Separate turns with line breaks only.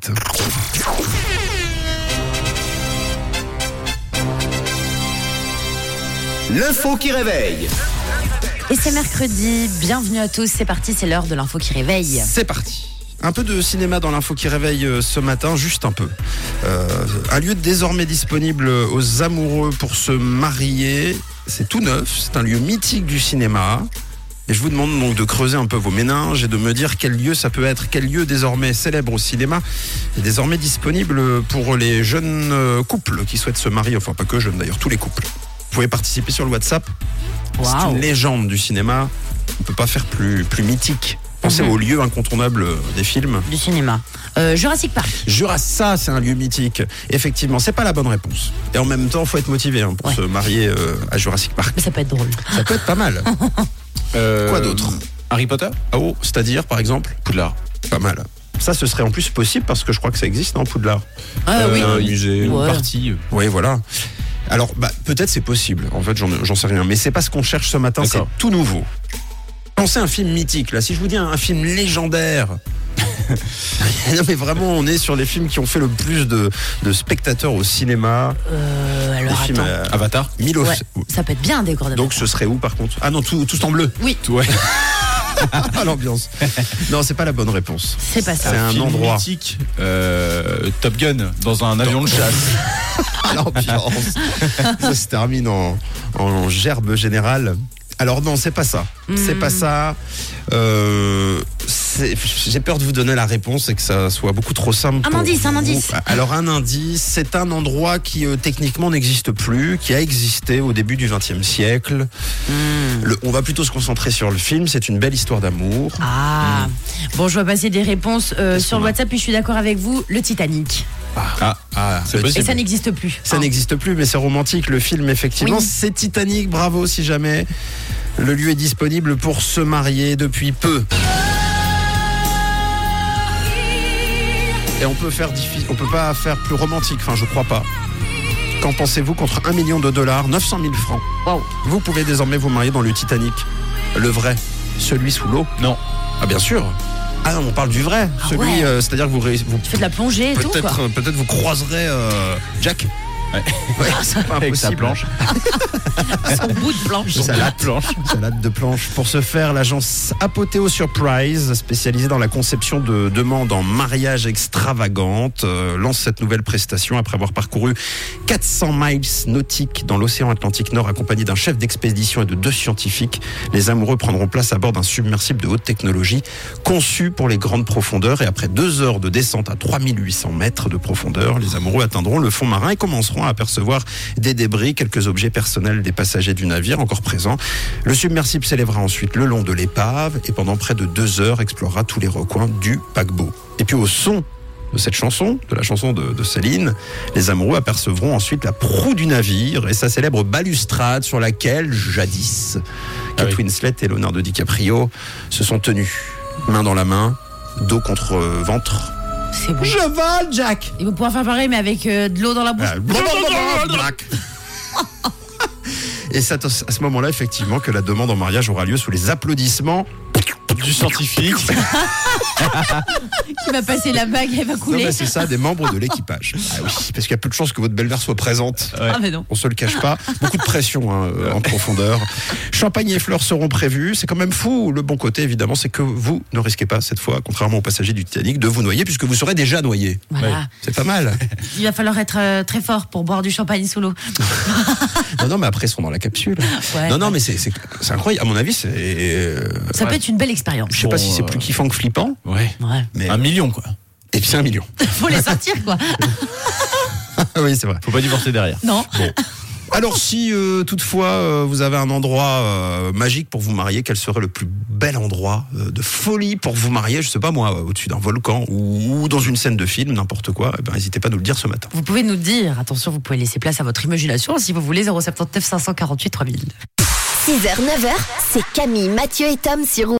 suite.
L'info qui réveille.
Et c'est mercredi, bienvenue à tous, c'est parti, c'est l'heure de l'info qui réveille.
C'est parti. Un peu de cinéma dans l'info qui réveille euh, ce matin, juste un peu. Euh, un lieu désormais disponible aux amoureux pour se marier. C'est tout neuf, c'est un lieu mythique du cinéma. Et je vous demande donc de creuser un peu vos méninges et de me dire quel lieu ça peut être, quel lieu désormais célèbre au cinéma est désormais disponible pour les jeunes euh, couples qui souhaitent se marier, enfin pas que jeunes d'ailleurs, tous les couples. Vous pouvez participer sur le WhatsApp. C'est
Waouh.
une légende du cinéma. On peut pas faire plus, plus mythique. Pensez
Mhm.
aux lieux incontournables des films.
Du cinéma. Euh, Jurassic Park.
Jurassic, ça, c'est un lieu mythique. Effectivement, c'est pas la bonne réponse. Et en même temps, faut être motivé hein, pour
Ouais.
se marier euh, à Jurassic Park.
Mais ça peut être drôle.
Ça peut être pas mal.
Euh,
Quoi d'autre
Harry Potter
Ah oh, c'est-à-dire, par exemple,
Poudlard.
pas mal. Ça, ce serait en plus possible parce que je crois que ça existe en Poudlard.
Ah
Euh,
oui.
Un musée,
Ouais.
une partie.
Oui, voilà. Alors, bah, peut-être c'est possible. En fait, j'en j'en sais rien. Mais c'est pas ce qu'on cherche ce matin. C'est
D'accord.
tout nouveau. Pensez à un film mythique. Là, si je vous dis un, un film légendaire. non, mais vraiment, on est sur les films qui ont fait le plus de, de spectateurs au cinéma.
Euh,
Les
alors
films
attends.
à-
Avatar
Milos.
Ouais, ça peut être bien un décor de
Donc, ce serait où, par contre Ah non, tout, tout en bleu.
Oui,
Ouais.
Ah, l'ambiance. non, c'est pas la bonne réponse.
c'est pas ça.
C'est un
film
endroit.
mythique. Euh, Top Gun dans un avion de chasse.
Ah, l'ambiance. ça se termine en, en gerbe générale. Alors non, c'est pas ça. C'est
Hmm.
pas ça. Euh, c'est- J'ai peur de vous donner la réponse et que ça soit beaucoup trop simple.
Un
pour
indice, un
vous.
indice.
Alors un indice, c'est un endroit qui euh, techniquement n'existe plus, qui a existé au début du XXe siècle.
Hmm.
Le- on va plutôt se concentrer sur le film. C'est une belle histoire d'amour.
Ah. Bon, je vois passer des réponses euh, sur
qu'on
le
a
WhatsApp, puis je suis d'accord avec vous, le Titanic.
Ah, c'est
le-
Et
possible.
ça n'existe plus.
Ça
hein.
n'existe plus, mais c'est romantique. Le film, effectivement,
Oui.
c'est Titanic. Bravo, si jamais. Le lieu est disponible pour se marier depuis peu. Et on peut faire diffi- on peut pas faire plus romantique. Enfin, je crois pas. Qu'en pensez-vous contre 1 million de dollars, 900 000 francs
Waouh.
Vous pouvez désormais vous marier dans le Titanic, le vrai, celui sous l'eau.
Non.
Ah bien sûr. Ah non, on parle du vrai,
Ah
celui,
ouais.
euh, c'est-à-dire que vous, ré- vous
Tu fais de la plongée et tout, quoi.
peut-être, euh, peut-être vous croiserez euh, Jack.
Ouais.
Ouais, c'est pas
Avec sa
impossible.
planche.
Son bout de planche.
Ça l'a.
planche.
Salade de planche. Pour ce faire, l'agence Apothéo Surprise, spécialisée dans la conception de demandes en mariage extravagante, euh, lance cette nouvelle prestation après avoir parcouru 400 miles nautiques dans l'océan Atlantique Nord, accompagné d'un chef d'expédition et de deux scientifiques. Les amoureux prendront place à bord d'un submersible de haute technologie, conçu pour les grandes profondeurs. Et après deux heures de descente à 3800 mètres de profondeur, les amoureux atteindront le fond marin et commenceront à apercevoir des débris, quelques objets personnels des passagers du navire encore présents. Le submersible s'élèvera ensuite le long de l'épave et pendant près de deux heures explorera tous les recoins du paquebot. Et puis au son de cette chanson, de la chanson de, de Céline, les amoureux apercevront ensuite la proue du navire et sa célèbre balustrade sur laquelle, jadis,
Ah
Kate
oui.
Winslet et Leonardo DiCaprio se sont tenus, main dans la main, dos contre euh, ventre.
C'est bon.
Je vole, Jack
Ils vont pouvoir faire pareil, mais avec euh, de l'eau dans la bouche.
ah, blablabla. Et c'est à ce moment-là, effectivement, que la demande en mariage aura lieu sous les applaudissements.
Du scientifique.
Qui va passer la bague, elle va
Non,
couler.
mais c'est ça, des membres de l'équipage. Ah oui, parce qu'il y a peu de chances que votre belle-mère soit présente.
Ah, mais non.
On se le cache pas. Beaucoup de pression hein, euh, en profondeur. Champagne et fleurs seront prévues. C'est quand même fou. Le bon côté, évidemment, c'est que vous ne risquez pas, cette fois, contrairement aux passagers du Titanic, de vous noyer puisque vous serez déjà noyé.
Voilà.
C'est pas mal.
Il va falloir être euh, très fort pour boire du champagne sous l'eau.
Non, non, mais après, ils seront dans la capsule.
Ouais.
non, non, mais c'est c'est- c'est incroyable. À mon avis, c'est. euh,
Ça peut être une belle expérience.
Je sais pas
Bon,
si c'est
euh,
plus kiffant que flippant,
Ouais.
Ouais.
Ah, mais
Un million, quoi.
et puis c'est un million.
Faut les sortir, quoi. Ah,
Ah oui, c'est vrai.
Faut pas divorcer derrière.
Non.
Alors si euh, toutefois euh, vous avez un endroit euh, magique pour vous marier, quel serait le plus bel endroit euh, de folie pour vous marier Je sais pas moi, euh, au-dessus d'un volcan ou, ou dans une scène de film, n'importe quoi. Eh ben, n'hésitez pas à nous le dire ce matin.
Vous pouvez nous dire, attention, vous pouvez laisser place à votre imagination si vous voulez 079 548 3000.
6h, 9h, c'est Camille, Mathieu et Tom sur